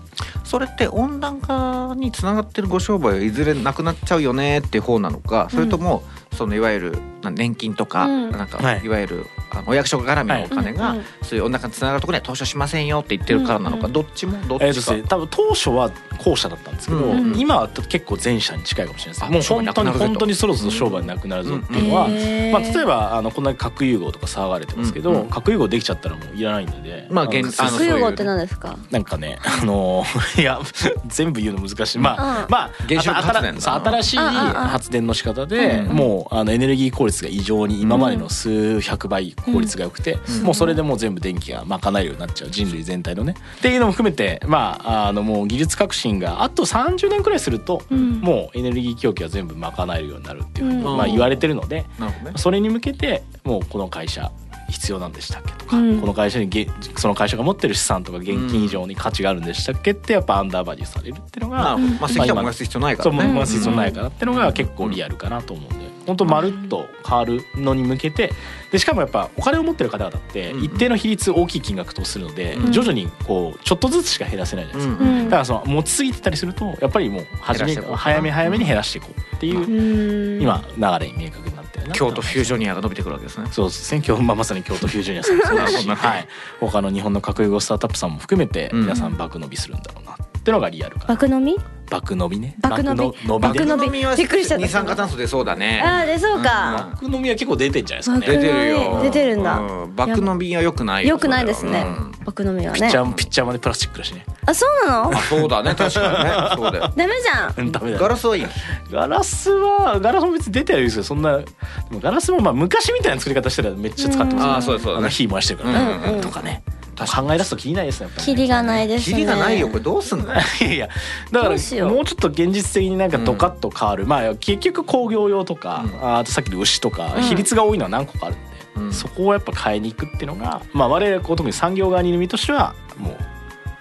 [SPEAKER 5] それって温暖化につながってるご商売はいずれなくなっちゃうよねっていう方なのか、それともそのいわゆるな年金とか、
[SPEAKER 4] うん
[SPEAKER 5] なんか
[SPEAKER 3] はい
[SPEAKER 5] いわゆるあのお役所絡みのお金が、
[SPEAKER 4] はい
[SPEAKER 5] そういう温暖化につながるところには投資をしませんよって言ってるからなのか、
[SPEAKER 4] うん
[SPEAKER 5] どっちもどっ
[SPEAKER 3] えーとで
[SPEAKER 5] ち
[SPEAKER 3] す
[SPEAKER 5] か。
[SPEAKER 3] ね、多分当初は後者だったんですけど、
[SPEAKER 5] うん
[SPEAKER 3] 今は結構前者に近いかもしれない
[SPEAKER 5] あ
[SPEAKER 3] ですもう
[SPEAKER 5] 商売
[SPEAKER 3] 本
[SPEAKER 5] な
[SPEAKER 3] 当
[SPEAKER 5] く
[SPEAKER 3] に
[SPEAKER 5] なるぜと
[SPEAKER 3] 本当にそろそろ商売なくなるぞっていうのは、
[SPEAKER 4] へー
[SPEAKER 3] まあ、例えばあのこんなに核融合とか騒がれてますけど、
[SPEAKER 5] うんうん
[SPEAKER 3] 核融合できちゃったらもういらないので、
[SPEAKER 5] まあ現
[SPEAKER 3] の
[SPEAKER 5] あの
[SPEAKER 4] 水曜号って何ですか
[SPEAKER 3] なんかね、 <laughs> あのーいや全部言うの難しい。まあ、
[SPEAKER 4] うん
[SPEAKER 3] まあ、
[SPEAKER 5] 原子力
[SPEAKER 3] あた
[SPEAKER 5] 発電だな
[SPEAKER 3] そう新しい発電の仕方で、
[SPEAKER 5] うん
[SPEAKER 3] もうあのエネルギー効率が異常に今までの数百倍効率が良くて、もうそれでもう全部電気が賄えるようになっちゃう人類全体のね。っていうのも含めて、まああのもう技術革新があと30年くらいすると、
[SPEAKER 4] うん
[SPEAKER 3] もうエネルギー供給は全部賄えるようになるっていうふうに、
[SPEAKER 4] うん
[SPEAKER 3] まあ言われてるので、
[SPEAKER 5] なるほどね
[SPEAKER 3] それに向けてもうこの会社必要なんでしたっけとか、
[SPEAKER 4] うん
[SPEAKER 3] この会社にげその会社が持ってる資産とか現金以上に価値があるんでしたっけってやっぱアンダーバリューされるっての
[SPEAKER 5] なる
[SPEAKER 3] が、
[SPEAKER 5] ほどまあ石炭を燃やす必要ないか
[SPEAKER 3] そう
[SPEAKER 5] らね。
[SPEAKER 3] 思います必要ないかなってのが結構リアルかなと思うんで本当まるっと変わるのに向けてでしかもやっぱお金を持ってる方々って
[SPEAKER 5] うん
[SPEAKER 3] 一定の比率大きい金額とするので、
[SPEAKER 4] ん
[SPEAKER 3] 徐々にこうちょっとずつしか減らせないじゃないですか。
[SPEAKER 5] うんうん
[SPEAKER 3] だからその持ちすぎてたりするとやっぱりもう初め
[SPEAKER 5] 減らしていこう
[SPEAKER 3] 早め早めに減らしていこうっていうう
[SPEAKER 4] ーん
[SPEAKER 3] 今流れに明確になってるな
[SPEAKER 5] 京都フュージョニアが伸びてくるわけですね。
[SPEAKER 3] そうですね今日まあまさに京都フュージョニアさん <laughs> もそうだし、はい、他の日本の核融合スタートアップさんも含めて
[SPEAKER 5] うん
[SPEAKER 3] 皆さん爆伸びするんだろうなってのがリアルかな
[SPEAKER 4] 爆飲み
[SPEAKER 3] 爆伸びね
[SPEAKER 4] 爆伸び
[SPEAKER 3] の
[SPEAKER 4] 爆
[SPEAKER 3] びね
[SPEAKER 4] 伸びびっくりしちゃった
[SPEAKER 5] 二酸化炭素出そうだね。
[SPEAKER 4] ああ出そうか
[SPEAKER 3] 爆伸びは結構出てんじゃないですか
[SPEAKER 4] 爆
[SPEAKER 3] ね
[SPEAKER 5] 出てるよ。
[SPEAKER 4] 出てるんだ
[SPEAKER 5] う爆の瓶は良くないよ。
[SPEAKER 4] 良くないですね
[SPEAKER 5] うん
[SPEAKER 4] 爆飲みは
[SPEAKER 3] ピッ
[SPEAKER 4] ね
[SPEAKER 3] チャーもピッチャーまでプラスチックだしね
[SPEAKER 4] あそうなの
[SPEAKER 5] あそうだね確かにね。そうだよ。
[SPEAKER 4] ダメじゃん
[SPEAKER 3] うんダメだ
[SPEAKER 5] ガ
[SPEAKER 3] よ
[SPEAKER 5] ラスはいい。
[SPEAKER 3] ガラスはガラスも別に出てはいるんですけどそんなでもガラスもまあ昔みたいな作り方してたらめっちゃ使ってますよ
[SPEAKER 5] ああそうだそうだ
[SPEAKER 3] あの
[SPEAKER 5] ね。
[SPEAKER 3] 火燃してるからね、
[SPEAKER 5] うん
[SPEAKER 3] とかね考え出すと気にないですねやっぱりね
[SPEAKER 4] キリがないですね
[SPEAKER 5] キリがないよこれどうすんの。
[SPEAKER 3] いやいやだから
[SPEAKER 4] ど
[SPEAKER 3] も
[SPEAKER 4] う
[SPEAKER 3] う
[SPEAKER 4] し
[SPEAKER 3] ち
[SPEAKER 4] よう
[SPEAKER 3] ょっと現実的になんかドカッと変わる、まあ結局工業用とか、
[SPEAKER 5] うん
[SPEAKER 3] ああとさっきの牛とか
[SPEAKER 4] ん
[SPEAKER 3] 比率が多いのは何個かあるんで、
[SPEAKER 5] うん
[SPEAKER 3] そこをやっぱ変えに行くっていうのが、まあ、我々こう特に産業側にいる身としてはもう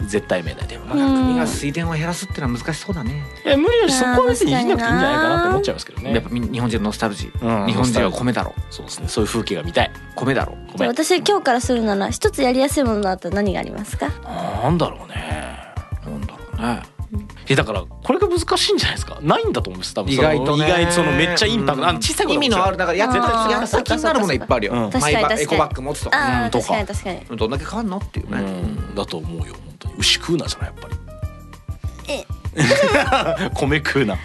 [SPEAKER 3] 絶対命題ではな
[SPEAKER 4] う
[SPEAKER 3] く、
[SPEAKER 4] ん
[SPEAKER 5] 国が水田を減らすってのは難しそうだね、
[SPEAKER 3] いや無理だしそこは別にいじんなくていいんじゃないかなって
[SPEAKER 4] あー確かにな
[SPEAKER 3] 思っちゃいますけどね
[SPEAKER 5] やっぱみ日本人のノスタルジー、
[SPEAKER 3] うん
[SPEAKER 5] 日本人は米だろ
[SPEAKER 3] そうですねそういう風景が見たい
[SPEAKER 5] 米だろ
[SPEAKER 3] ご
[SPEAKER 4] じゃ
[SPEAKER 3] め
[SPEAKER 4] あ
[SPEAKER 3] ん
[SPEAKER 4] 私今日からするなら一つやりやすいものだったら何がありますか
[SPEAKER 3] なんだろうね
[SPEAKER 5] なんだろうね
[SPEAKER 3] えだからこれが難しいんじゃないですかないんだと思います多分
[SPEAKER 5] 意外とね
[SPEAKER 3] その意外そのめっちゃインパクト、あの小さい子
[SPEAKER 5] 意味のあるだからや
[SPEAKER 4] あー
[SPEAKER 5] つやった気になるものいっぱいあるよ、
[SPEAKER 3] うん
[SPEAKER 5] マイ
[SPEAKER 4] 確か
[SPEAKER 5] バ
[SPEAKER 4] に
[SPEAKER 5] エコバッグ持つとか
[SPEAKER 4] ああ
[SPEAKER 3] うんと
[SPEAKER 4] 確
[SPEAKER 3] か
[SPEAKER 4] かに確かに
[SPEAKER 5] どんだけ変わんのっていうね、
[SPEAKER 3] うん、だと思うよ本当に牛食うなじゃないやっ
[SPEAKER 4] え
[SPEAKER 3] ぱり <laughs> 米食うな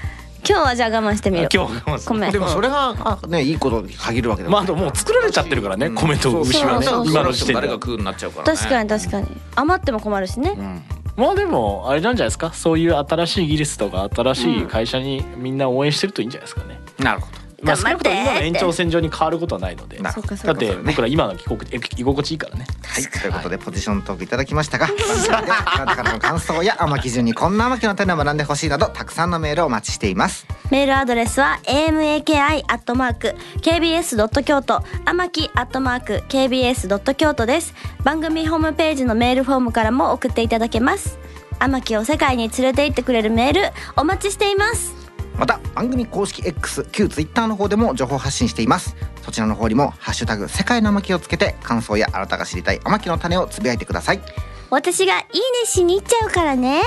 [SPEAKER 4] 今日はじゃあ我慢してみ
[SPEAKER 3] 今
[SPEAKER 4] る
[SPEAKER 3] 日は我慢する
[SPEAKER 4] 米
[SPEAKER 5] でもそれがあねいいことに限るわけだ
[SPEAKER 3] まああともう作られちゃってるからね米と牛はね
[SPEAKER 4] そうそうそう
[SPEAKER 3] 今の時点で
[SPEAKER 5] 誰が
[SPEAKER 3] は
[SPEAKER 5] 食うになっちゃうから、ね、
[SPEAKER 4] 確かに確かに余っても困るしね
[SPEAKER 3] うんまあでもあれなんじゃないですかそういう新しい技術とか新しい会社にみんな応援してるといいんじゃないですかね、
[SPEAKER 5] なるほど
[SPEAKER 3] まあ、
[SPEAKER 4] 頑
[SPEAKER 3] 少
[SPEAKER 4] 張
[SPEAKER 3] な
[SPEAKER 4] っ
[SPEAKER 3] く
[SPEAKER 4] て
[SPEAKER 3] とも今の延長線上に変わることはないので
[SPEAKER 5] な
[SPEAKER 3] だ
[SPEAKER 5] るほど
[SPEAKER 4] そうかそう
[SPEAKER 3] っ
[SPEAKER 4] か
[SPEAKER 3] て僕ら今の帰国え居心地いいからね
[SPEAKER 2] はい、ということでポジショントークいただきましたが、番組ではあなたからの感想や天木順にこんな天木の種を学んでほしいなどたくさんのメールをお待ちしています。
[SPEAKER 4] メールアドレスは amaki アットマーク kbs ドット京都天木アットマーク kbs ドット京都です。番組ホームページのメールフォームからも送っていただけます。天木を世界に連れて行ってくれるメールお待ちしています。
[SPEAKER 2] また番組公式 X 旧 Twitter の方でも情報発信していますそちらの方にも「ハッシュタグ世界の天木」をつけて感想やあなたが知りたい天木の種をつぶやいてください
[SPEAKER 4] 私がいいねしに行っちゃうからね。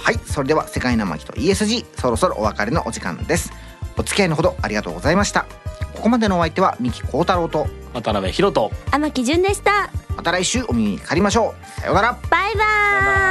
[SPEAKER 2] はいそれでは「世界の天木」と ESG そろそろお別れのお時間ですお付き合いのほどありがとうございましたここまでのお相手は三木幸太郎と
[SPEAKER 3] 渡辺宏人
[SPEAKER 4] 天木純でした。
[SPEAKER 2] また来週お耳にかかりましょうさようなら
[SPEAKER 4] バイバイ。